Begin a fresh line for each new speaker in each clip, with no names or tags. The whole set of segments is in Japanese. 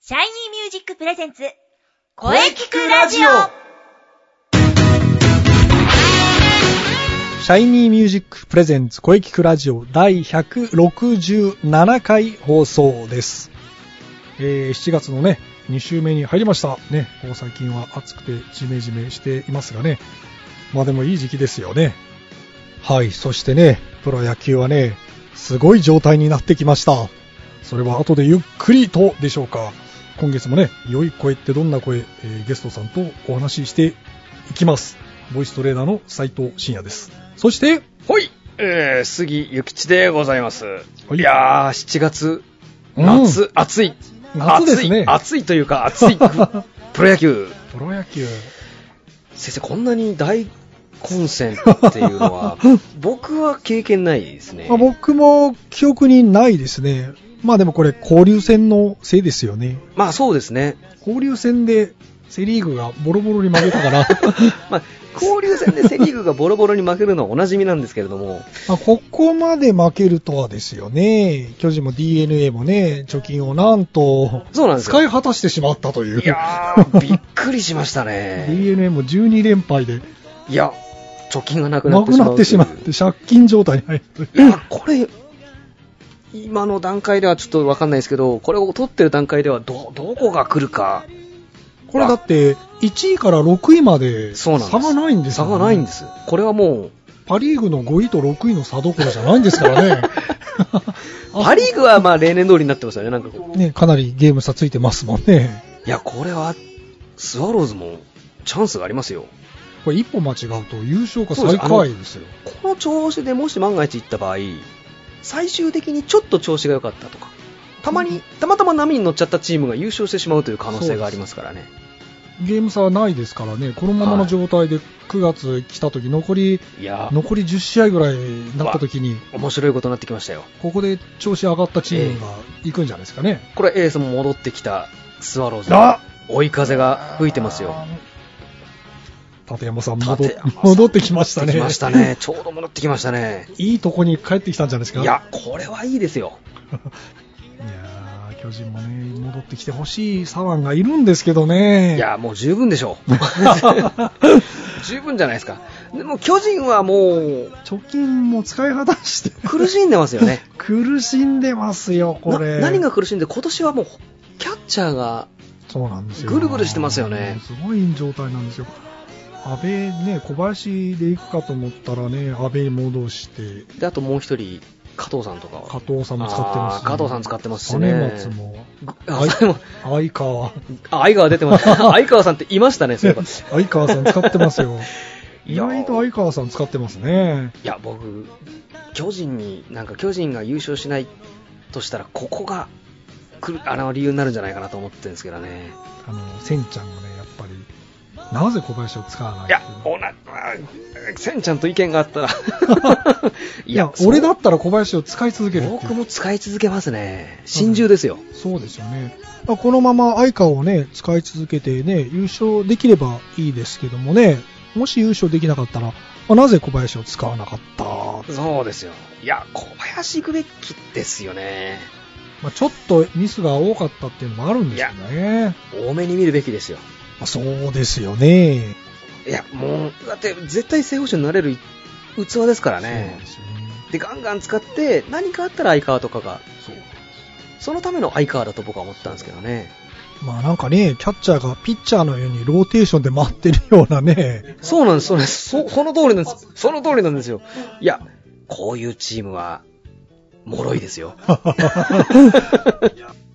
シャイニーミュージックプレゼンツ、
声聞くラジオ
シャイニーミュージックプレゼンツ声聞くラジオ第167回放送です。えー7月のね、2週目に入りました。ね、ここ最近は暑くてジメジメしていますがね。まあでもいい時期ですよね。はい、そしてね、プロ野球はね、すごい状態になってきました。それは後でゆっくりとでしょうか。今月もね、良い声ってどんな声、えーゲストさんとお話ししていきます。ボイストレーナーの斉藤慎也です。そして、
はい、えー、杉ゆきちでございます。
い
い、やー、7月、
うん
夏、暑い。
夏ですね
暑い、暑いというか、暑い。 プロ野球、
プロ野球。
先生、こんなに大混戦っていうの は、僕は経験ないですね。
まあ、僕も記憶にないですね。まあでもこれ交流戦のせいですよね。
まあ、そうですね。
交流戦でセリーグがボロボロに負けた から、
まあ、交流戦でセ・リーグがボロボロに負けるのはおなじみなんですけれども、
まあここまで負けるとはですよね。巨人も DNA もね、貯金をなんと、
そうなんですよ
使い果たしてしまったという。
いやー、びっくりしました ね。
DNA も12連敗で、
いや、貯金がなくな
な
って
く
しまう
なってしまっ
という
て、借金状態に入る という。
いや、これ、今の段階ではちょっとわかんないですけど、これを取ってる段階ではど、どこが来るか、
これだって、1位から6位まで
そう
差
なんです。
がないんです
差
よね
がないんです。これはも
パ・リーグの5位と6位の差どころじゃないんです からね。
う、パ・リーグはまあ例年通りになってますよね、なんかこ
ね、かなりゲーム差ついてますもんね。
う。いや、これは、スワローズもチャンスがありますよ。
これ一歩間違うと優勝か最下位ですよ。
この調子でもし万が一行った場合、最終的にちょっと調子が良かったとか、たまに、たまたま波に乗っちゃったチームが優勝してしまうという可能性がありますからね。
ゲーム差はないですからね、このままの状態で9月来た時、残り、
いや、
残り10試合ぐらいになった時に、
面白いことになってきましたよ。
ここで調子上がったチームが行くんじゃないですかね。
これエースも戻ってきたスワローズ
あ
追い風が吹いてますよ。
立山さん戻っ
立山さん
戻ってきましたね。
来まし たね。ちょうど戻ってきましたね。
いいとこに帰ってきたんじゃないですか。
いや、これはいいですよ。
いやー巨人もね、戻ってきてほしい左腕がいるんですけどね。
いや、もう十分でしょ う。十分じゃないですか。でも巨人はもう
貯金も使い果たして
苦しんでますよね。
苦しんでますよ、 これ。
な何が苦しんで、今年はもうキャッチャーが、
そうなんですよ。
ぐるぐるしてますよね
すごい状態なんですよ。安倍ね、小林で行くかと思ったらね、安倍戻して、
で、あともう一人、加藤さんとか
加
は。
藤さんも使ってます、
あー加藤さん使ってますしね
金松も、
あそれも
相川、
あ相川出 てます。相川さんっていましたね、そういえば。
相川さん使ってますよ。
い
意
や
外と相川さん使ってますね。
いや、僕、巨人に、なんか巨人が優勝しないとしたら、ここが、くる、あの理由になるんじゃないかなと思ってるんですけどね。
あの、センちゃんがね、やっぱり、なぜ小林を使わない
いや
っていう、。
おな、あセンちゃんと意見があった ら
いや俺だ
っ
ったら小林を使い続けるっていう
僕も使い続けますね。心中ですよ。
そうですよね。まあ、このまま相川をね、使い続けてね、優勝できればいいですけどもね、もし優勝できなかったら、まあなぜ小林を使わなかった、ま
そうですよ。いや、小林行くべきですよね。
あ、ちょっとミスが多かったっていうのもあるんですけどね。ま
多めに見るべきですよ。
あ、そうですよね。
いや、もう、だって、絶対正捕手になれる器ですから
そう
ね
で。すよね。
で、ガンガン使って、何かあったら相川とかが
そう
そのための相川だと僕は思ったんですけどね。
まあなんかね、キャッチャーがピッチャーのようにローテーションで待ってるようなね、
そうなんです、そうなんです。そ、その通りなんです。その通りなんですよ。いや、こういうチームは、脆いですよ。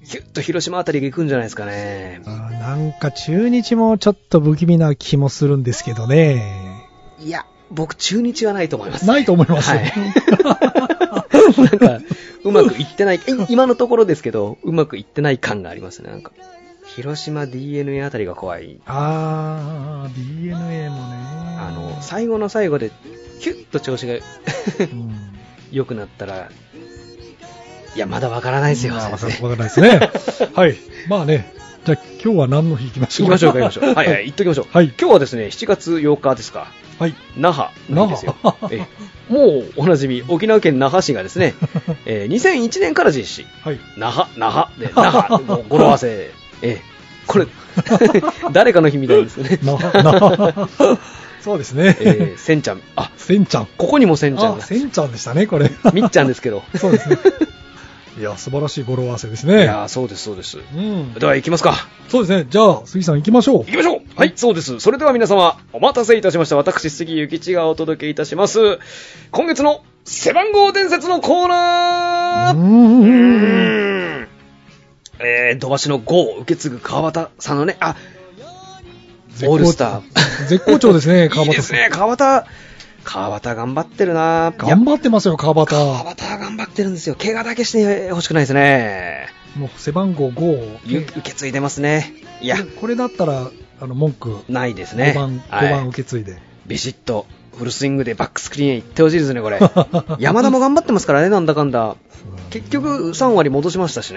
ひゅっと広島あたりが行くんじゃないですかね。
あーなんか中日もちょっと不気味な気もするんですけどね。
いや、僕、中日はないと思います。
ないと思いますよ
はい、なんか、うまくいってない、い今のところですけど、うまくいってない感がありますね、なんか。広島 DNA あたりが怖い。
あー、DNA もね。
あの、最後の最後で、キュッと調子が
うん、
良くなったら、いや、まだわからないですよ、
まあわか
先生
わからないですね。はい。まあね、じゃあ今日は何の日行きまし
行
ょう
きましょう、行きま しょう。はいはい、行っときましょう。
はい
今日はですね、7月8日ですか。
はい。
那覇なんですよ
那覇。
ええもうおなじみ、沖縄県那覇市がですね、えー2001年から実施。
はい。
那覇、那覇で、那覇、もう語呂合わせええ。これ、 誰かの日みたいで すね。
な、な、そうですね。
ええ、せんちゃん。あ、
せんちゃん。
ここにもせんちゃん
あ、
が。
せんちゃんでしたね、これ。
みっちゃんですけど。
そうですね。いや、素晴らしい語呂合わせです
い
ね。
やーそうです、そうです。
うん。
では行きますか。
そうですね。じゃあ、杉さん行きましょう
行。きましょうはい、そうです。それでは皆様、お待たせいたしました。私、杉ゆきちがお届けいたします。今月の背番号伝説のコーナー
う
う
ーん。
ーんえー、土橋の5を受け継ぐ川端さんのね、あ、
絶好
オールスター
絶好調です ね、川
いい
端
で
さ
す
ん。
ね、川端。川端頑張ってるなぁ。いや
頑張ってますよ、川
川
端。
端は頑張ってるんですよ。怪我だけしてほしくないですね。
もう背番号5を。
ゆ受け継いでますね。い
い
や、
これだったら、あの、文句、
ないですね。
5番、
はい
5番受け継い で。
ビシッとフルスイングでバックスクリーンへ行ってほしいですね、これ。山田も頑張ってますからね、なんだかんだ。結局、3割戻しましたし
そう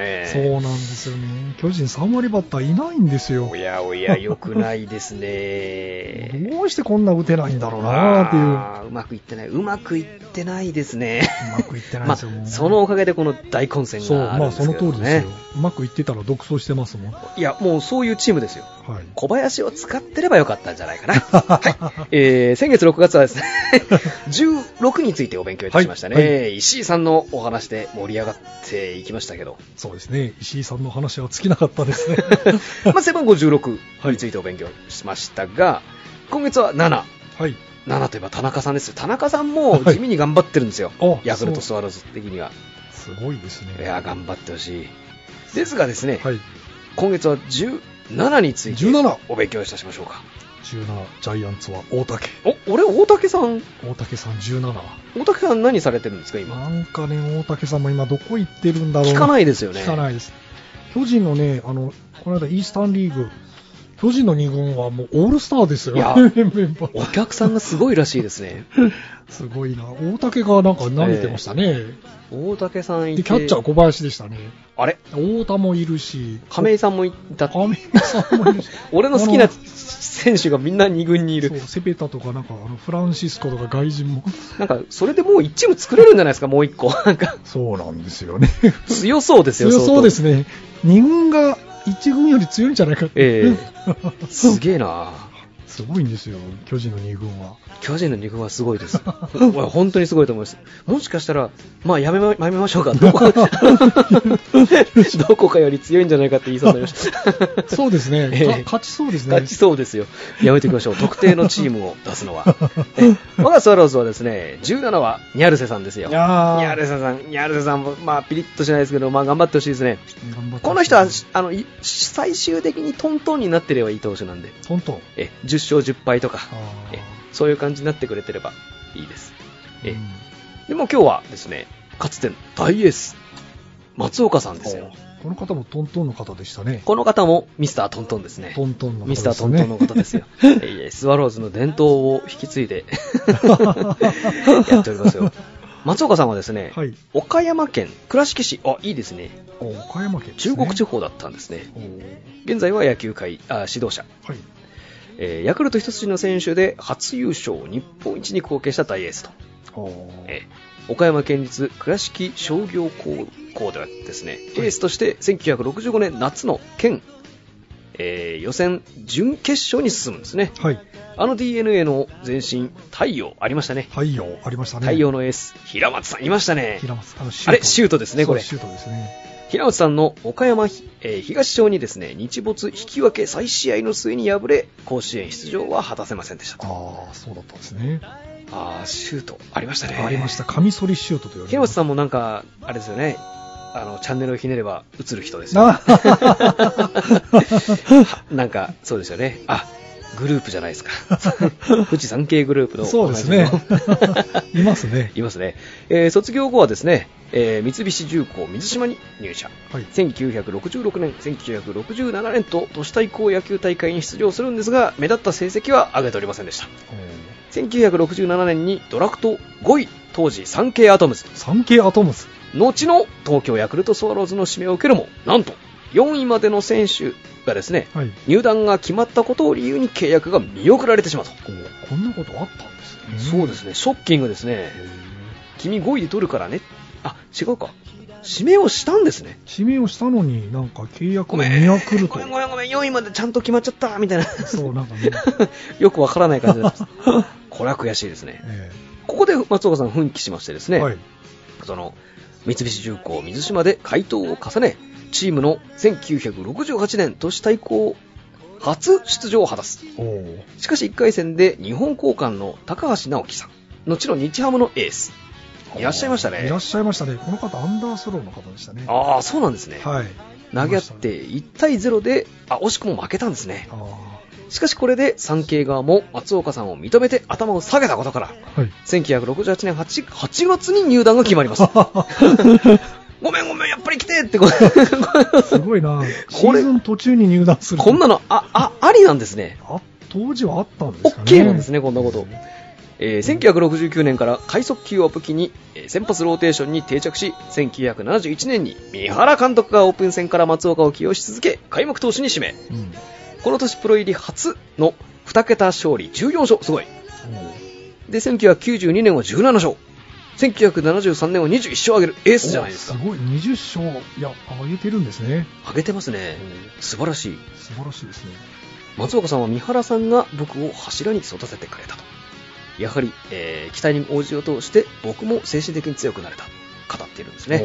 な
ね。
んですよね。巨人3割バッターいないんですよ
お。やおや、良くないですね。
どうしてこんな打てないんだろうなーっていう。う
あーうまくいってない。うまくいってないですね。
まくいってないで
まあ
すよ。、
そのおかげでこの大混戦
そう、
があ
ま
るん
あ
で
そ
す
の
けど
通
ね。
りですよ。うまくいってたら独走してますもん。はい
や、もうそういうチームですよ。
い。
小林を使ってればよかったんじゃないかな。はい。えー、先月6月はですね、16についてお勉強いたしましたね。
はいは
石井さんのお話で盛り上がっていきましたけど、
そうですね。石井さんの話は尽きなかった ですね。
まあ、背番号16についてお勉強しましたが、今月は7。
はい。
7といえば田中さんですよ。田中さんも地味に頑張ってるんですよ。
はいあ
ヤクルトスワローズ的には。
すごいです
い
ね。
や、頑張ってほしい。ですがですね、
はい。
今月は17について
17
お勉強いたしましょうか。
17、ジャイアンツは大竹。
お、俺、大竹さん、
大竹さん17。
大竹さん何されてるんですか、今。
なんかね、大竹さんも今どこ行ってるんだろう
聞かないいですよね。
聞かないです。巨人のね、あの、この間イースタンリーグ、巨人の2軍はもうオールスターですよ。
いや
メンバー
お客さんがすごいらしいですね。
すごいな。大竹がなんか舐めてましたね。
大竹さんい
で、
て、
キャッチャー小林でしたね。
あれ
太田もいるし、
亀井さんもいたって。。
亀井さんもいるし
俺の好きな
あ
選手がみんな2軍にい
そう、
る。
セペタとか、なんか、あの、フランシスコとか外人も。
なんか、それでもう1チーム作れるんじゃないですか、もう1個。なん か、
そうなんですよね。
強そうですよ、。
強そうですすね。2軍が1軍より強いんじゃないかって。
ええすげえな
すごいんですよ、巨人の2軍は。
巨人の2軍はすごいです。 おい本当にすごいと思います。もしかしたら、まあやめま、やめま しょうか。どこ どこかより強いんじゃないかって言いそうになり ました。
そうですね。
ええ
か勝ちそうですね。
勝ちそうですよ。やめていきましょう。特定のチームを出す のは。え我がスワローズはですね、17はニャルセさんですよ。
い
ニ
やー
ャルセさん、ニャルセさんも、まあピリッとしないですけど、まあ頑張ってほしいですね。
頑張って
この人は、あの、い最終的にトントンになってればいい投手なんで、
トントン。
え10勝10敗とか、
あー
えそういう感じになってくれてればいいです。え
うん
でも今日はですね、かつての大エース、松岡さんですよ。
この方もトントンの方でしたね。
この方もミスタートントンですね。
トントンの方ですね。
ミスタートントンのこ とですよ。えースワローズの伝統を引き継いでやっておりますよ。松岡さんはですね、
はい。
岡山県倉敷市、あ、いいですね。
お岡山県です
中
ね、
国地方だったんですね。
お
現在は野球界あ指導者、
はい。
えーヤクルト一筋の選手で初優勝、日本一に貢献した大エースと。
お
えー岡山県立倉敷商業高校ではですね、エースとして1965年夏の県、えー予選準決勝に進むんですね。
はい。
あの DNA の前身、太陽ありましたね。
太陽ありましたね。
太陽のエース、平松さんいましたね。
平松。あのシ
あれ、シュートですね、
そう
これ。
シュートですね。
平松さんの岡山、えー東町にですね、日没引き分け再試合の末に敗れ、甲子園出場は果たせませんでしたと。
ああ、そうだったんですね。
あー、シュート、ありましたね。
ありました。カミソリシュートと言われ
平松
ます。
さんもなんか、あれですよね、あの、チャンネルをひねれば映る人ですよ、
あ
ね。なんか、そうですよね。あ、グループじゃないで すか。富士山系グループの。
そうですね
同じの
いますね。
いますね。えー卒業後はですね、えー三菱重工水島に入社。
はい。
1966年、1967年と都市対抗野球大会に出場するんですが、目立った成績は上げておりませんでした。1967年にドラフト5位、当時産経アトムズ、
産経アトムス。
後の東京ヤクルトスワローズの指名を受けるも、なんと4位までの選手がですね、
はい。
入団が決まったことを理由に契約が見送られてしまうと。
こうこんなことあったんですね。
そうですね、ショッキングですね
へ。ー。
君5位で取るからね。あ、違うか。指名をしたんですね
指名をしたのになんか契約
ご
を
め
見
ん
送ると
ごめんごめんごめん4位までちゃんと決まっちゃったみたいな
そうなんかね、
よくわからない感じになってますこれは悔しいですね
え
ここで松岡さん奮起しましてです
え
ね、
はい
その三菱重工水島で回答を重ねチームの1968年都市対抗初出場を果たす
おー
しかし1回戦で日本交換の高橋直樹さん後の日ハムのエースいらっしゃいましたね
いらっしゃいましたねこの方アンダースローの方でしたね
ああそうなんですね、
はい
投げ合って1対0であ惜しくも負けたんですね
あ
しかしこれで産経側も松岡さんを認めて頭を下げたことから
ーはい
1968年 8, 8月に入団が決まります ごめんごめんやっぱり来てって こ
すごいなシーズン途中に入団する
こんなのああありなんですね
あ当時はあったんですかね
OK なんですねこんなこと、えー1969年から快速球を武器に、えー先発ローテーションに定着し1971年に三原監督がオープン戦から松岡を起用し続け開幕投手に指名
うん
この年プロ入り初の2桁勝利14勝すごい
お
で1992年は17勝1973年は21勝上げるエースじゃないですか
おすごい20勝いや上げてるんですね
上げてますね素晴らしい
素晴らしいですね
松岡さんは三原さんが僕を柱に育ててくれたとやはり、えー期待に応じようとして僕も精神的に強くなれた語っているんですね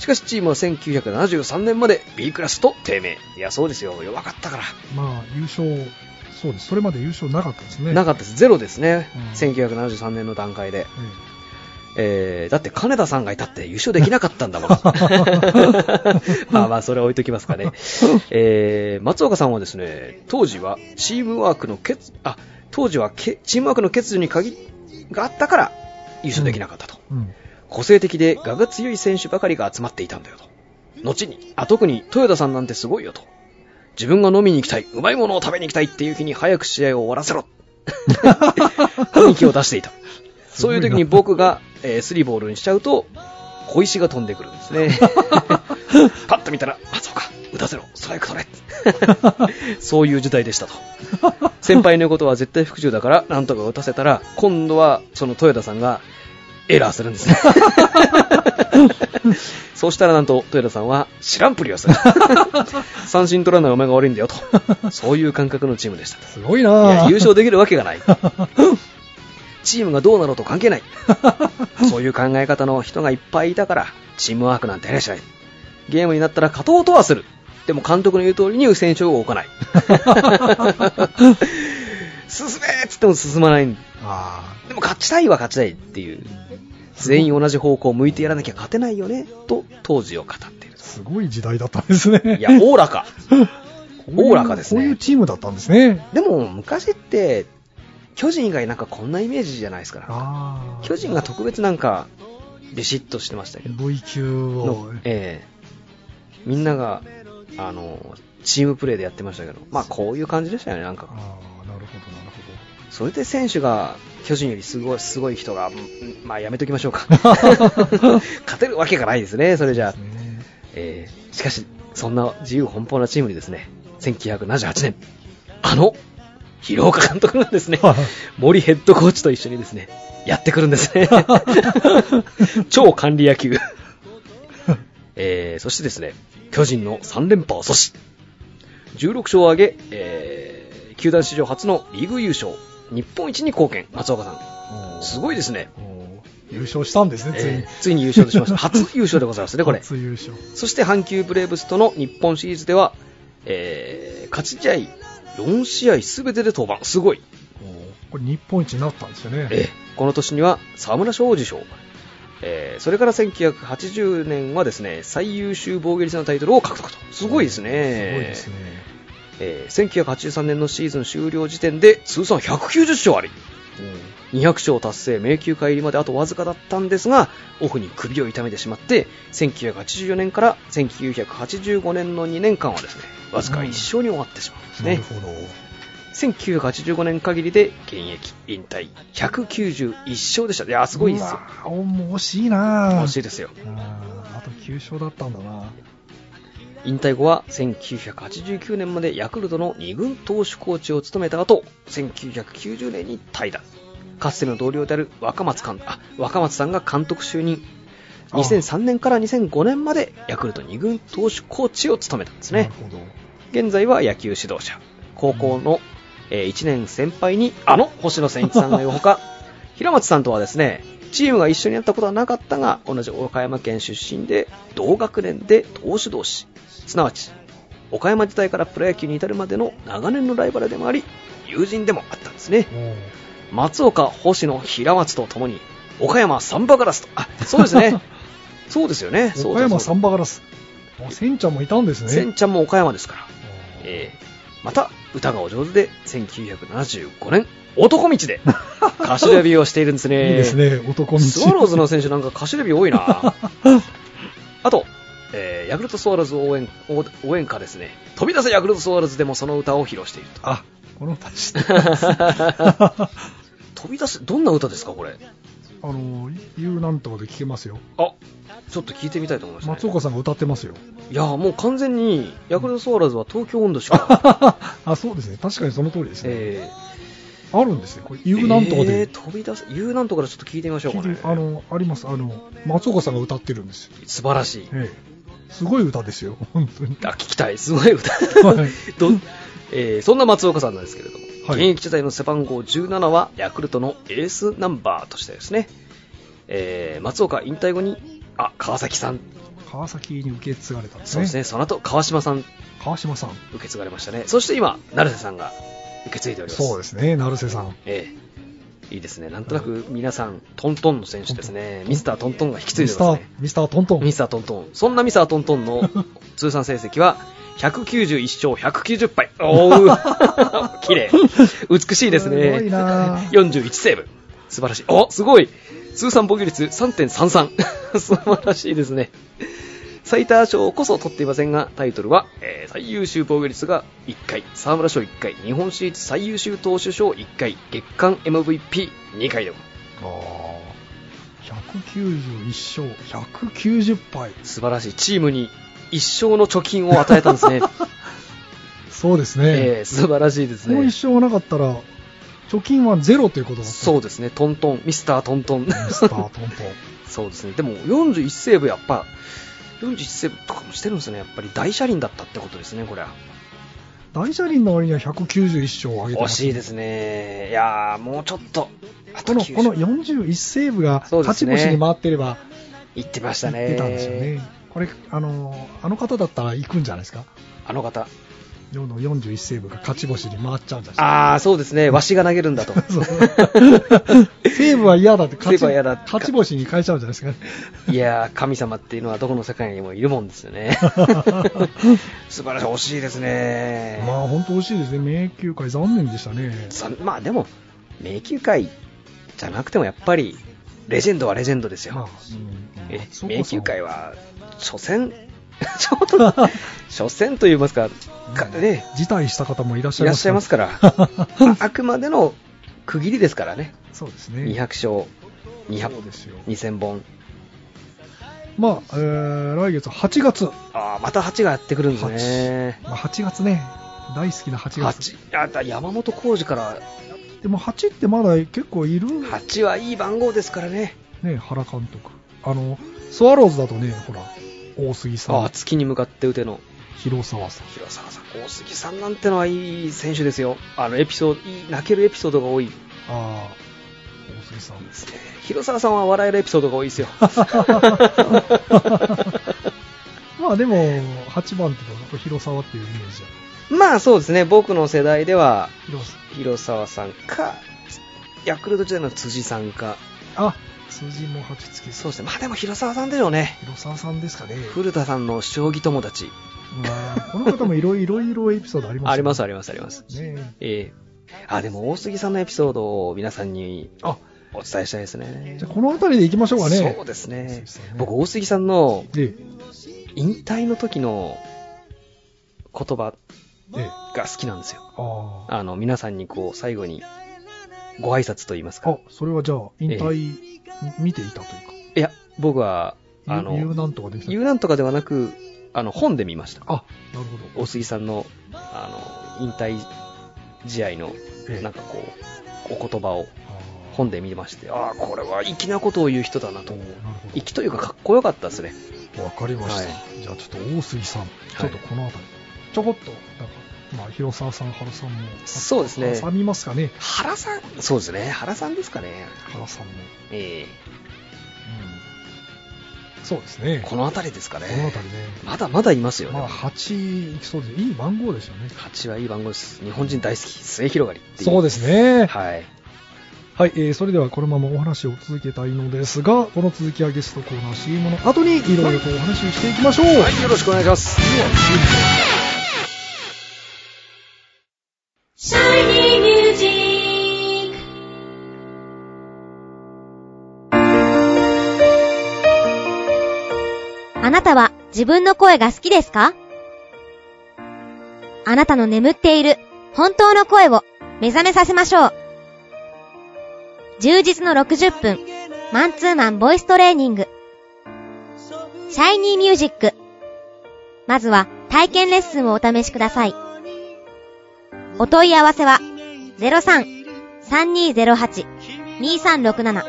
しかしチームは1973年まで B クラスと低迷いやそうですよ弱かったから、
おーまあ優勝そうですそれまで優勝なかったですね
な
か
かったですゼロですね、
うん
1973年の段階で、えーだって金田さんがいたって優勝できなかったんだもんまあまあそれは置いときますかね、えー松岡さんはですね当時はチームワークの欠あ当時はけチームワークの欠如に限りがあったから優勝できなかったと、
うん
個性的で我が強い選手ばかりが集まっていたんだよと後にあ特に豊田さんなんてすごいよと自分が飲みに行きたいうまいものを食べに行きたいっていう日に早く試合を終わらせろ雰囲気を出していた
す
そ
ごい
ういう
な
時に僕が、えースリーボールにしちゃうと小石が飛んでくるんですね パッと見たらあそうか打たせろストライク取れそういう時代でしたと先輩の言うことは絶対服従だからなんとか打たせたら今度はその豊田さんがエラーするんですねそうしたらなんと豊田さんは知らんぷりをする三振取らないお前が悪いんだよとそういう感覚のチームでした
すごい
いや
な
優勝できるわけがないチームがどうなろうと関係ないそういう考え方の人がいっぱいいたからチームワークなんてやりゃしないゲームになったら勝とうとはするでも監督の言う通りに選手を置かない 進めーっつっても進まない
あ
でも勝ちたいは勝ちたいっていう全員同じ方向を向いてやらなきゃ勝てないよねと当時を語っている
ーすごい時代だったんですね
い やおおらかおおらかです
こういう
ね
チームだったんですね
でも昔って巨人以外なんかこんなイメージじゃないですから
ああ
巨人が特別なんかビシッとしてましたけど
V 級を
の、ええみんながあのチームプレーでやってましたけどまあこういう感じでしたよねなんか
ああなるほどなるほど
それで選手が巨人よりすごいすごい人が、うんまあやめときましょ うか勝てるわけがないですねそれじゃあ
ね
えーしかし、そんな自由奔放なチームにですね、1978年、あの、広岡監督がですね
はい、
森ヘッドコーチと一緒にですね、やってくるんで すね。超管理野球。えーそしてですね、巨人の3連覇を阻止。16勝を挙げ、えー球団史上初のリーグ優勝、日本一に貢献、松岡さん。すごいですね。
お優勝したんですね、ついに
えーついに優勝しました。初優勝でございますね、これ。
初優勝。
そして阪急ブレーブスとの日本シリーズでは、えー勝ち試合4試合すべてで登板、すごい、
これ日本一になったんですよね。
えーこの年には沢村賞を受賞、えーそれから1980年はですね最優秀防御率のタイトルを獲得と、すごいですね、
すごいですね。
えー1983年のシーズン終了時点で通算190勝あり。200勝達成迷宮会入りまであとわずかだったんですがオフに首を痛めてしまって1984年から1985年の2年間はですねわずか1勝に終わってしまうんです
な
ね
る、ほど。
1985年限りで現役引退191勝でしたいやーすごいですよ
うわー惜しいな
惜しいですよ
あーあと9勝だったんだな。
引退後は1989年までヤクルトの2軍投手コーチを務めた後1990年に退団かつての同僚である若松監あ若松さんが監督就任
ああ
2003年から2005年までヤクルト2軍投手コーチを務めたんですね。
なるほど。
現在は野球指導者高校の、え1年先輩にあの星野千一さんがいる ほか平松さんとはですねチームが一緒にやったことはなかったが同じ岡山県出身で同学年で投手同士すなわち岡山時代からプロ野球に至るまでの長年のライバルでもあり友人でもあったんですね
おー
松岡星野平松とともに岡山サンバガラスとあそうで すねそうですよねそう
岡
だ
山
そ
サ
うだ
ンバガラス。あ、センちゃんもいたんです
千
ね。
ちゃんも岡山ですから
あー
えーまた歌がお上手で1975年男道 で歌手デビューをしているんですね
いいですね、男道。
スワローズの選手なんか歌手デビュー多いな あと、えーヤクルトスワローズ応援応応援歌ですね飛び出せヤクルトスワローズでもその歌を披露していると
あ、この歌知ってます。あ
飛び出せどんな歌ですかこれ
の、言うなんとかで聞けますよ。
あちょっと聞いてみたいと思います、ね、
松岡さんが歌って ますよ。
いやーもう完全にヤクルトスワローズは東京温度しか、
あ、そうですね。確かにその通りですね。
え
あるんですね。これ、
ー
言うなんとか
え
で
ー。飛び出せ言うなんとかでちょっと聞いてみましょうか
聞い
ね
てあの、あります。あの、松岡さんが歌ってるんですよ。
素晴らしい
ええ。すごい歌ですよ。 本当に。
あ聞きたい、すごい 歌、
はい
どえーそんな松岡さんなんですけれども、
はい
現役時代の背番号17はヤクルトのエースナンバーとしてですね、えー松岡引退後に、あ川崎さん、
川崎に受け継がれたんです
そう
ね。
ですね、その後川島さん、
川島さん。
受け継がれましたね、そして今、成瀬さんが受け継いでおります。
そうですね、成瀬さん。
えーいいですねなんとなく皆さん、トントンの選手ですね、ミスタートントンが引き継い
ミス
でます
ター
ね、、
ミスタートントン。
ミスタートントン、そんなミスタートント ンの通算成績は191勝190敗、おー 綺麗美しいです
すごい
ね、
なぁ
41セーブ、素晴らしい、おすごい、通算防御率3.33、素 晴らしいですね。最多賞こそ取っていませんが、タイトルは、えー最優秀防御率が1回、沢村賞1回、日本シリーズ最優秀投手賞1回、月間 MVP2 回でも、
ああ191勝190敗
素晴らしい、チームに一生の貯金を与えたんで すね。
そうですね、
えー素晴らしいです
この1
ね。
勝がなかったら貯金はゼロということだった
そうですね、トントン、ミスタートント ン。
ミスタートントン
そうですね、でも41セーブ、やっぱ、41セーブとかもしてるんですね、やっぱり大車輪だったってことですね、これは。
大車輪の割には191勝を挙げて
惜
ます
しいですね。いやー、もうちょっと、あと
この
9
この41セーブが
そうで
勝
す
ち
ね
星に回ってれば
行ってまし
出
たね。
たんですよねこれあのあの方だったら行くんじゃないですか
あの方。
世の41セーブが勝ち星に回っちゃうんじゃない
あー、そうですね、わしが投げるん だと。
ですかそうセーブは嫌だって勝
セーブは嫌だ
ち勝ち星に変えちゃうんじゃないですかね
いやー、神様っていうのはどこの世界にもいるもんですよ ね。素晴らしい、惜しいですね。
まあ本当惜しいですね、迷宮界、残念でしたね。
そんまあでも迷宮界じゃなくてもやっぱりレジェンドはレジェンドですよ、
まあうん
え
松岡
迷
さん
宮界は所詮 ちょ っと所詮と言いますかかね
辞退した方もいらっし
い
ゃい
ら
ま
っ
す
しゃいますからああくまでの区切りですからね
そうです
200
ね、
勝
そう
200
ですよ
2000本
まあ、えー来月8月、
ああまた8がやってくるんですね
まあ、8月ね、大好きな8月、
8あだ山本浩二から
でも8ってまだ結構いる、
8はいい番号ですからね
ね、原監督、あのスワローズだとね、ほら、大杉さ
ああ
ん、
月に向かって打ての
広沢さん、
広沢さん、大杉さんなんてのはいい選手ですよ、あのエピソードいい泣けるエピソードが多いで
ああ、大杉さん、
すね、広沢さんは笑えるエピソードが多 いですよ、
まあでも、8番っていうのはやっぱ広沢っていうイメージだ
まあそうですね、僕の世代では
広沢
広沢さんか、ヤクルト時代の辻さんか、
あ数字も8つき
そうですね、まあでも広沢さんでしょうね、
広沢さんですかね、
古田さんの将棋友達、
まあこの方もいろいろいろエピソードあります
あります、あ
り
ります、あります。
ね
ええあ、でも大杉さんのエピソードを皆さんに
あ
お伝えしたいですね。
じゃあこの辺りでいきましょうかね
そうです
そう
ね
ですよね。
僕、大杉さんの
ええ
引退の時の言葉
ええ
が好きなんですよ。
ああ
あの、皆さんにこう、最後にご挨拶と言います
あ
か。
それはじゃあ引退
え
み見ていたというか
いや、僕は、あ
ゆゆう
の、
なんとかできた
言うなんとかではなく、あの、本で見ました。
あなるほど
大杉さんの、あの、引退試合の
ええ、
なんかこう、お言葉を
ああ
本で見まして、ああ、これは粋なことを言う人だなと
おー。なるほど
粋というかかっこよかったですね。
わかりました、
は
じゃあちょっと大杉さん、ちょっとこの辺り、ちょこっと、なんか、まあ、広沢さん、原さんも、
そうですね
挟みますかね、
原さんそうですね。原さんですかね。
原さんも。
え
うん、そうですね、
え
こ
この辺りですかね。
の辺りね、
まだまだいますよね。
まあ、8いきそうですね、いい番号でしたね。
8はいい番号です。日本人大好き。末広がりっていう。
そう
で
ですね。
はい。
はい、えーそれではこのままお話を続けたいのですが、この続きはゲストコーナー CM の後にいろいろとお話をしていきましょう。
はい、よろしくお願いします。
シャイニーミュージックあなたは自分の声が好きですかあなたの眠っている本当の声を目覚めさせましょう。充実の60分、マンツーマンボイストレーニング。シャイニーミュージック。まずは体験レッスンをお試しください。お問い合わせは03-3208-2367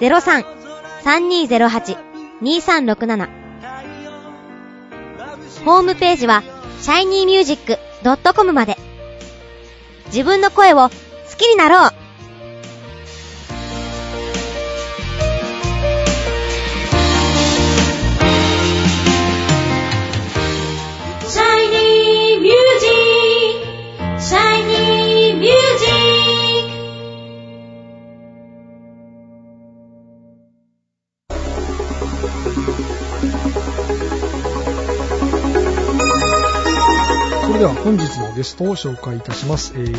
03-3208-2367ホームページは shinymusic.com まで自分の声を好きになろうシャイニーミュージックシャイニーミュージック
それでは本日のゲストを紹介いたします。えー、準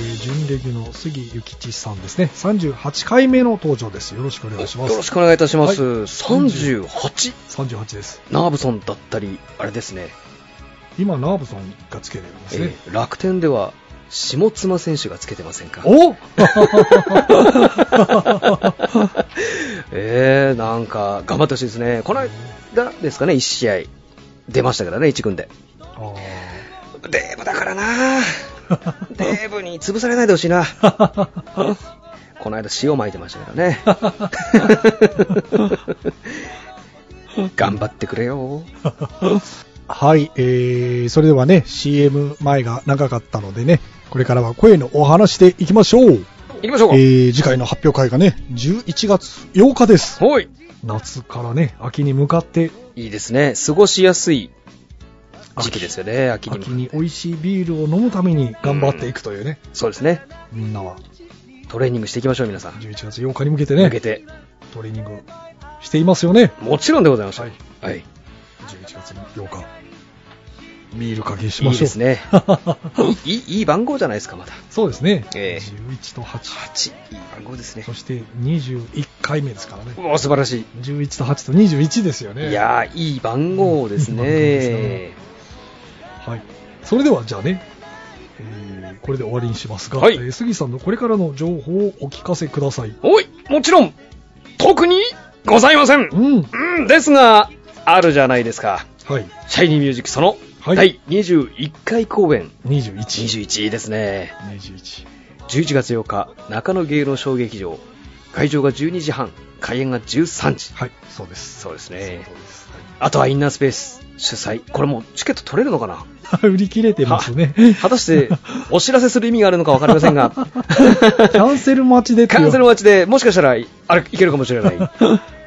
レギュの杉ゆきちさんですね。38回目の登場です。よろしくお願いしま
よろ
す。
しくお願いいたします。
は
38。
38です。
ナーブソンだったり、あれですね、
今、ナーブさんがつけてるんですね。
えー楽天では下妻選手がつけてませんか
お
えー、なんか頑張ってほしいですね、この間ですかね、1試合出ましたからね、1軍で。
あ
デーブだか らな、デーブに潰されないでほしいな、
ー
この間、塩まいてましたか らね、頑張ってくれよ、
はい、えー、それではね、CM 前が長かったのでね、これからは声のお話でいきましょう。
いきましょうか、
えー、次回の発表会がね、11月8日です。
ほい、
夏からね、秋に向かって、
いいですね、過ごしやすい時期ですよね、秋に
秋に美味しいビールを飲むために頑張っていくというね、
そうですね、
みんなは
トレーニングしていきましょう、皆さん、
11月8日に向けてね
抜、けて、
トレーニングしていますよね。
もちろんでございます、
はい
はい、
11月8日、ビールかけし
い
ま
い
しょう。
ですね。いいいい番号じゃないですか、また。
そうですね。
ええ
11と8。
8、いい番号ですね
そ。して21回目ですからね。
お素晴らし
11と8と21ですよね。
い。いやー、いい番号です
いい番号で
ね。
はい。それではじゃあね、えーこれで終わりにしますが、
はい
えー杉さんのこれからの情報をお聞かせください。
おい、もちろん、特にございません。
うん。は
うん、ですが、あるじゃないですか。
い。
シャイニーミュージックその、
はい
第21回公演。
21。
21ですね。
21。
11月8日、中野芸能小劇場。会場が12時半、開演が13時。
はい。そうです。
そうです
そうで
ね。
す
あとはインナースペース主催。これもうチケット取れるのかな
はい 売り切れてますね。
果たして、お知らせする意味があるのか分かりませ んが、
キャンセル待ちでって
カ
よ
ンセル待ちで、もしかしたら、あれ、いけるかもしれ ない。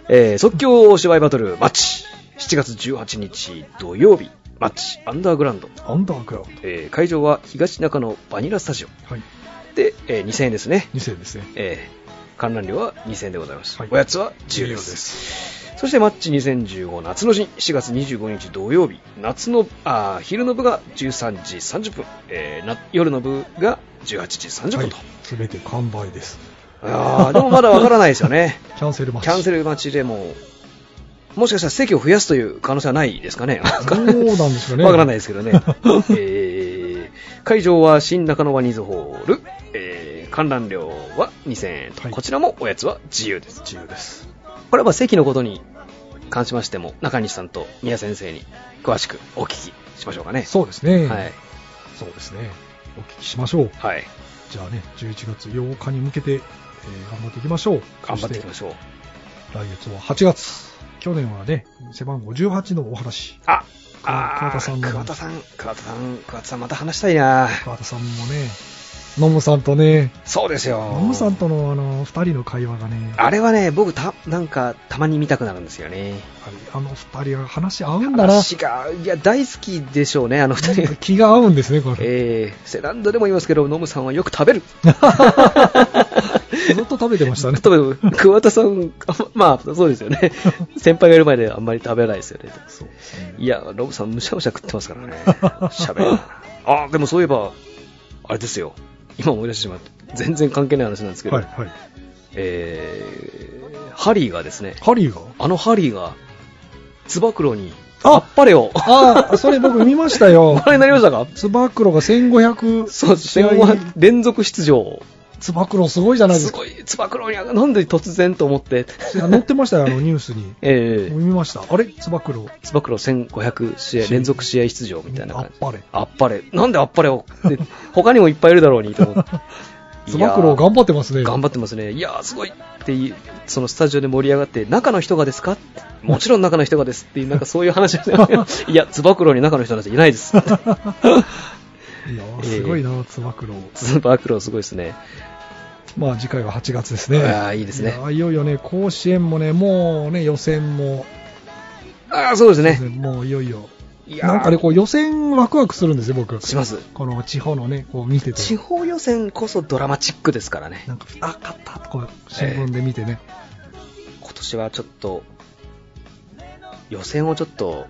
えー、即興お芝居バトルマッチ。7月18日土曜日、マッチ、アンダーグラウンド。
アンダークラウド。
えー、会場は東中野バニラスタジオ。
はい。
で、えー2000円ですね。
2000ですね。
えー、観覧料は2000円でございます。
はい
おやつは10円です。
す。
そしてマッチ2015夏の陣4月25日土曜日夏のあー昼の部が13時30分、えーな夜の部が18時30
は
分
い
と、。
すべて完売です。
あーでもまだわからないですよ ね
キャンセル待
キ
ち。
ャンセル待ちでももしかしたら席を増やすという可能性はないですかね
そうなんですよね。
わからないですけどね、えー会場は新中野ワニーズホール、えー観覧料は2000円と、
はい
こちらもおやつは自由です
自由です。
これは席のことに関しましても中西さんと宮先生に詳しくお聞きしましょうかね
そうですね。
はい
そうですね。お聞きしましょう。
はい
じゃあね11月8日に向けて、えー頑張っていきましょう
頑張っていきまし
ょう
ょう。
来月は8月去年はね背番号18のお話
あ、
あ
あー
桑田さんの
桑田さん、桑田さん、桑田さん、また話したいな。
川田さんもねノムさんとね
そうですよ。
ノムさんとのあの2人の会話がね
あれはね、僕た、なんか、たまに見たくなるんですよね。
あの2人は話合うんだな
話が、いや、大好きでしょうね、あの二人は。
気が合うんですねこれ
えー、セランドでも言いますけど、ノムさんはよく食べ る。
ずっと食べてましたね
多分、桑田さん、あまあ、そうですよね。先輩がいる前であんまり食べないですよね。
そうですね
いや、ノムさん、むしゃむしゃ食ってますからね。喋るな。あー、でもそういえば、あれですよ。今思い出してしまって、全然関係ない話なんですけど、
はいはい
えー、ハリーがですね、
ハリーが
あのハリーが、つば九郎に、
あ
あっぱれを、
ああ、それ僕見ましたよ
ご。覧になりましたか
つば九郎が1500、
そう、戦後は連続出場。
つば九郎すごいじゃないですすか。
ごい、つば九郎に、なんで突然と思って。
載ってましたよ、あのニュース に。
ええ
見ました。あれつば九郎。
つば九郎1500試合、連続試合出場みたい
あ
な
っ
感じ。
ぱれ。。
あっぱれ。なんであっぱれをで他にもいっぱいいるだろうにと 思って
つば九郎頑
張
張ってますね。
頑張ってますね。いやー、すごいっていう、そのスタジオで盛り上がって、中の人がですかもちろん中の人がですっていう、なんかそういう話をして いや、つば九郎に中の人なんていないです。
いやーすごいな、つば九郎。
つば九郎すごいですね。
まあ次回は8月ですね。
ああいいですね
やーいよいよね、甲子園もね、もうね、予選も、
ああ、そうですね。
もういよいよ。
いやー
なんかね、こう予選ワクワクするんですよ、僕。
します。
この地方のね、こう見てて。
地方予選こそドラマチックですからね。
なんか、あ、勝ったとこう新聞で見てね。
今年はちょっと、予選をちょっと、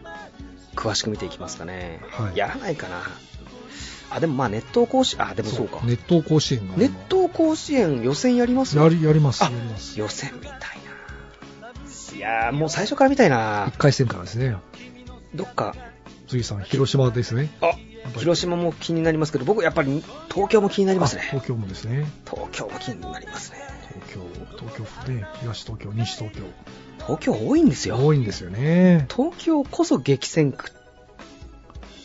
詳しく見ていきますかね。
はい
やらないかな。あ、でもまあ、熱湯甲子園、あ、でもそうか。
熱湯甲子園が。
熱湯甲子園予選やります
やりやります、や
あ
ります。
予選みたいな。いやー、もう最初から見たいな
1。回戦からですね、
どっか、
杉さん、広島ですね。
あ、広島も気になりますけど、僕やっぱり東京も気にな
あ
りますね。
東京もですね。
東京も気になりますね。
東京、東京ね、東東京、西東京。
東京多いんですよ。
多いんですよね。
東京こそ激戦区、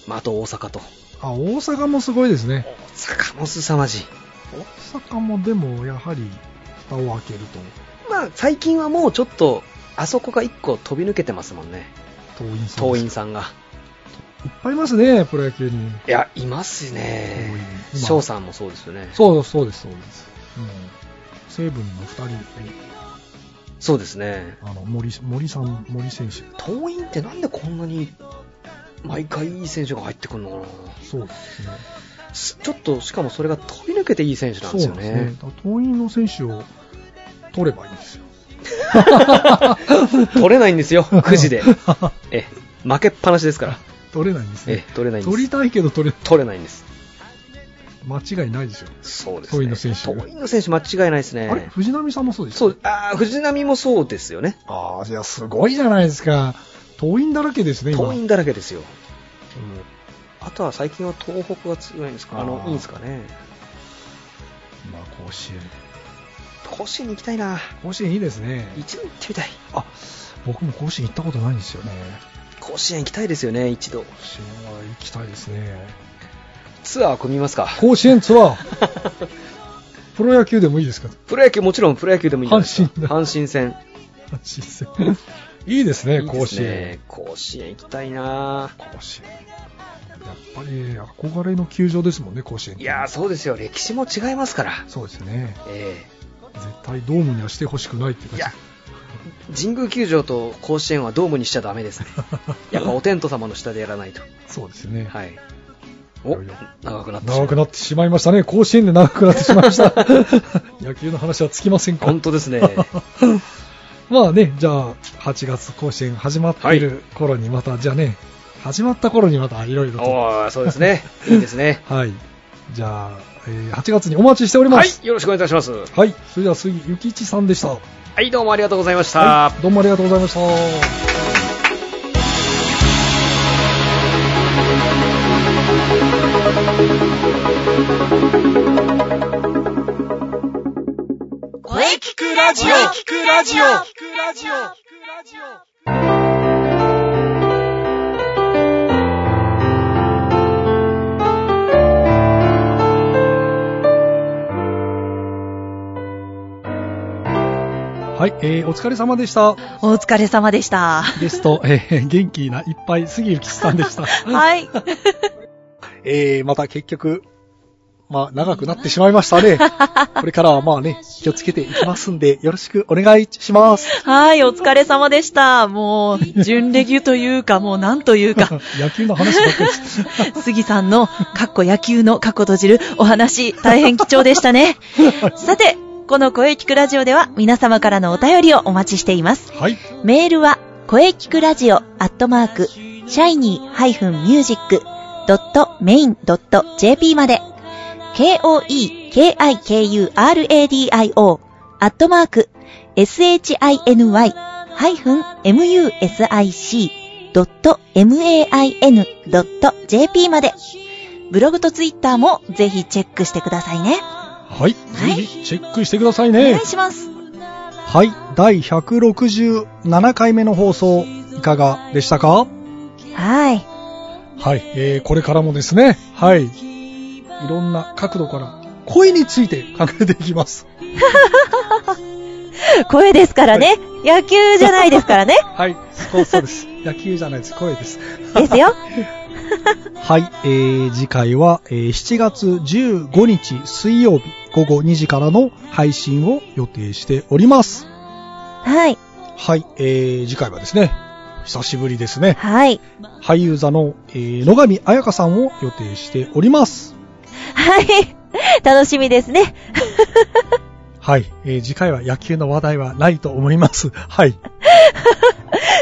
まあ、あと大阪と
あ、大阪もすごいですね。
大阪も凄まじい
大阪もでも、やはり、蓋を開ける
まあ最近はもうちょっとあそこが1個飛び抜けてますもんね
と、党員さん。
党員さんが
いっぱいいますね、プロ野球に。
いやいますね
多い
翔さんもそうですよね
そうそうです、そうです。うん。西武の2人、
そうですね
あの森森さん、森選手。
党員ってなんでこんなに毎回いい選手が入ってくるのかな
そうですね。
すちょっとしかもそれが飛び抜けていい選手なんですよ
そうなん
ね
ですね。だから党員の選手を取ればいいんですよ。
取れないんですよ9時でえ負けっぱなしですから
取れないんですね
え。取れないんで
取り
す
たいけど取れ
取れないんです
間違いないですよ。
そうです
遠
ね。
いの選手
遠いの選手間違いないですね。
あれ藤波さんもそうです
そ
よ
う、ああ、藤波もそうですよね。
ああ、いや、すごいじゃないですか。党員だらけですね、今。
党員だらけですよ。あとは最近は東北が強いんですかあ
あ
の
ー、
いいんですかね。
まあ、甲子園。
甲子園に行きたいな。
甲子園いいですね。
一度行ってみたい。
あ、僕も甲子園行ったことないんですよね。
甲子園行きたいですよね、一度。
甲子園は行きたいですね。
ツアー組みますか。
甲子園ツアー。プロ野球でもいいですか
プロ野球もちろんプロ野球でもいいんじゃないですか
阪神だ
阪神戦。
人生いいですね、
いい
甲
で
子
す
園
ね。。甲子園行きたいな。
甲子園。やっぱり憧れの球場ですもんね、甲子園って
いやー、そうですよ。歴史も違いますから。
そうですね。
ええ
絶対ドームにはしてほしくないって感じ。
いや神宮球場と甲子園はドームにしちゃダメで すね。やっぱお天道様の下でやらないと。
そうですね。
はい。
い
お
ろいろ
長くなってしま
長
う
くなってしまいましたね。甲子園で長くなってしまいま した。野球の話はつきませんか
本 当ですね。
まあね、じゃあ、8月甲子園始まっている頃にまた、じゃあね、始まった頃にまたいろいろと。
おお、そうですね。いいですね。
はい。じゃあ、えー8月にお待ちしておりま
はい
す。、
よろしくお願いいたします。は
はい。それでは、杉ゆきいちさんでした。
い、どうもありがとうございました。
はい、どうもありがとうございました。
声聞くラジオ聞くラジオ聞くラジオ
「
はい、えー、お疲れ様でした。
お疲れ様でした。
ゲスト、えー、元気ないっぱい杉浦さんで した。
はい。
えー、また結局、まあ、長くなってしまいました ね。これからはまあね、気をつけていきますんで、よろしくお願いし ます。
はい、お疲れ様でした。もう、準レギュというか、もうなんというか、
野球の話ばっかりです。
杉さんの、かっこ野球のかっこ閉じるお話、大変貴重でしたね。さて、この声聞くラジオでは皆様からのお便りをお待ちしています。
はい。
メールは、声聞くラジオアットマーク、shiny-music.main.jp まで、k-o-e-k-i-k-u-r-a-d-i-o アットマーク、shiny-music.main.jp まで、ブログとツイッターもぜひチェックしてくださいね。
はい。ぜひ、チェックしてください
お
ね
願い。します。
はい。第167回目の放送、いかがでしたか
はい。
はい、えー、これからもですね、はい、いろんな角度から声について考えていきます。
声ですからね。野球じゃないですからね。
はい、そうそう です。野球じゃないです、声です。
ですよ。
はい、えー、次回は、えー7月15日水曜日午後2時からの配信を予定しております。
はい。
はい、えー、次回はですね、久しぶりですね、
はい。
俳優座の、えー野上彩香さんを予定しております。
はい。 楽しみですね。
はい、えー、次回は野球の話題はないと思います。はい。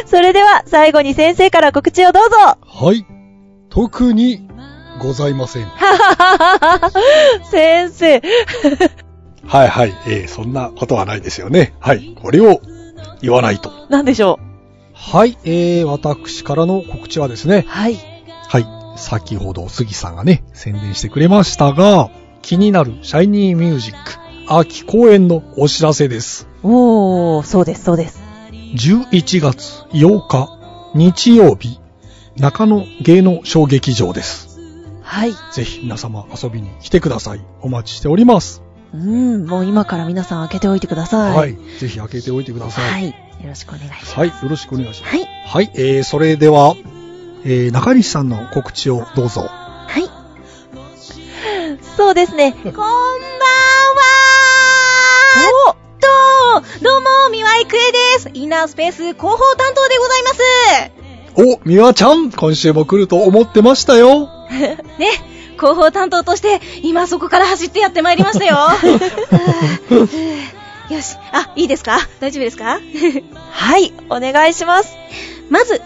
それでは最後に先生から告知をどうぞ。
はい。特にございません。
先生。
はいはい、えーそんなことはないですよね。はい。これを言わないと。
なんでしょ
はい、えー、私からの告知はです
う。
ね、
はい。
はい。先ほど杉さんがね、宣伝してくれましたが、気になるシャイニーミュージック秋公演のお知らせです。
おー、そうです、そうです。
11月8日日曜日、中野芸能小劇場です。
はい。
ぜひ皆様遊びに来てください。お待ちしております。
うん、もう今から皆さん開けておいてください。
はい。ぜひ開けておいてください
は。い。よろしくお願いします。
はい、よろしくお願いします。
はい。
はい、えー、それでは、えー、中西さんの告知をどうぞ。
はい。そうですね。こんばんはおとどうも、三輪郁恵です。インナースペース広報担当でございます。
お、みわちゃん、今週も来ると思ってましたよ。
ね、広報担当として、今そこから走ってやってまいりました よ。ふうふうよし、あ、いいですか大丈夫ですか
はい、お願いします。
まず、7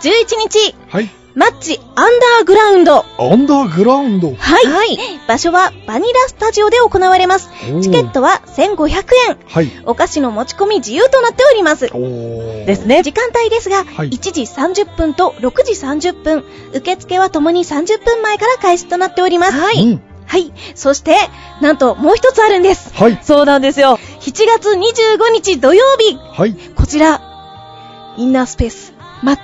月11日、
はい、
マッチアンダーグラウンド。
アンダーグラウンド。
はい。場所はバニラスタジオで行われます。チケットは1500円。
はい。
お菓子の持ち込み自由となっております。
おー。
です。ね。
時間帯ですが、
はい
1時30分と6時30分。受付はともに30分前から開始となっております。は
うん。
はい。そして、なんともう一つあるんです。
はい、
そうなんですよ。
7月25日土曜日、
はい。
こちら、インナースペース、マッチ、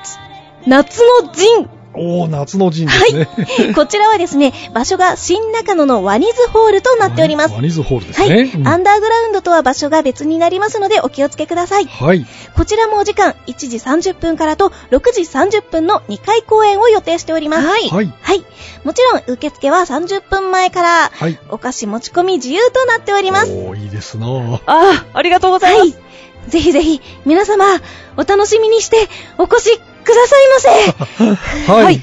夏の陣。
おー、夏の陣ですね。
こちらはですね、場所が新中野のワニズホールとなっております。
ワニズホールです
は
ね。
い、
うん
アンダーグラウンドとは場所が別になりますのでお気をつけください。
はい。
こちらもお時間1時30分からと6時30分の2回公演を予定しております。はい
はい。
はい。もちろん受付は30分前から
はい。
お菓子持ち込み自由となっております。
おー、いいですなぁ。
ああ、ありがとうございま
は
す。
い。ぜひぜひ、皆様、お楽しみにして、お越しくださいま せ。
はい。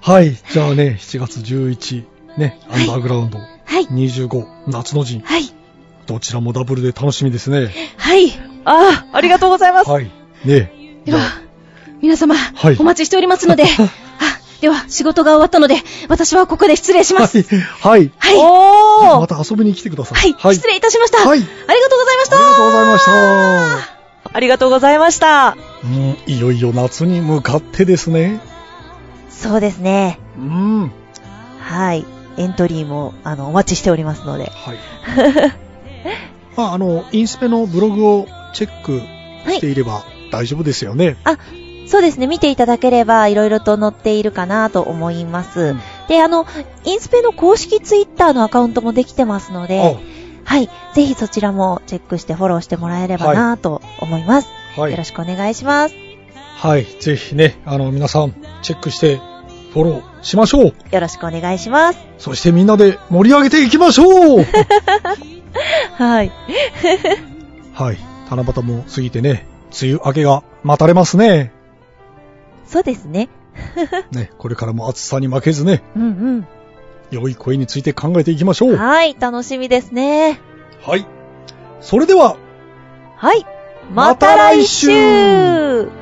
はい。じゃあね、7月11、ね、アンダーグラウンド、
はい。
25、夏の陣。
はい。
どちらもダブルで楽しみですね。
はい。
ああ、ありがとうございます。
はい。ねえ。
では、皆様、
はい
お待ちしておりますの で、あ、では、仕事が終わったので、私はここで失礼します。
はい。はい。
はい。は
お
ま
ー、
た遊びに来てくださ
い
い。。
失礼いたしました。
はい。あ
あ
り
りがとうございました。
がとうございました。
ありがとうございました。
うん、いよいよ夏に向かってですね。
そうですね。
うん。は
はい。エントリーも、あの、お待ちしておりますので。
い。まあ、あの、インスペのブログをチェックしていれば大丈夫ですよね。
そうですね。見ていただければ、いろいろと載っているかなと思います。で、あの、インスペの公式ツイッターのアカウントもできてますので、はい。ぜひそちらもチェックしてフォローしてもらえれば
はい
なぁと思います。
はい
よろしくお願いします。
はい。ぜひね、あの、皆さん、チェックして、フォローしましょう。
よろしくお願いします。
そしてみんなで盛り上げていきましょ う
はい。
はい。七夕も過ぎてね、梅雨明けが待たれますね。
そうですね。
ね、これからも暑さに負けずね、
うん
良い声について考えていきましょ
うん。
う。
はい。楽しみですね。
はい。それでは、
はい。
また来週
また来週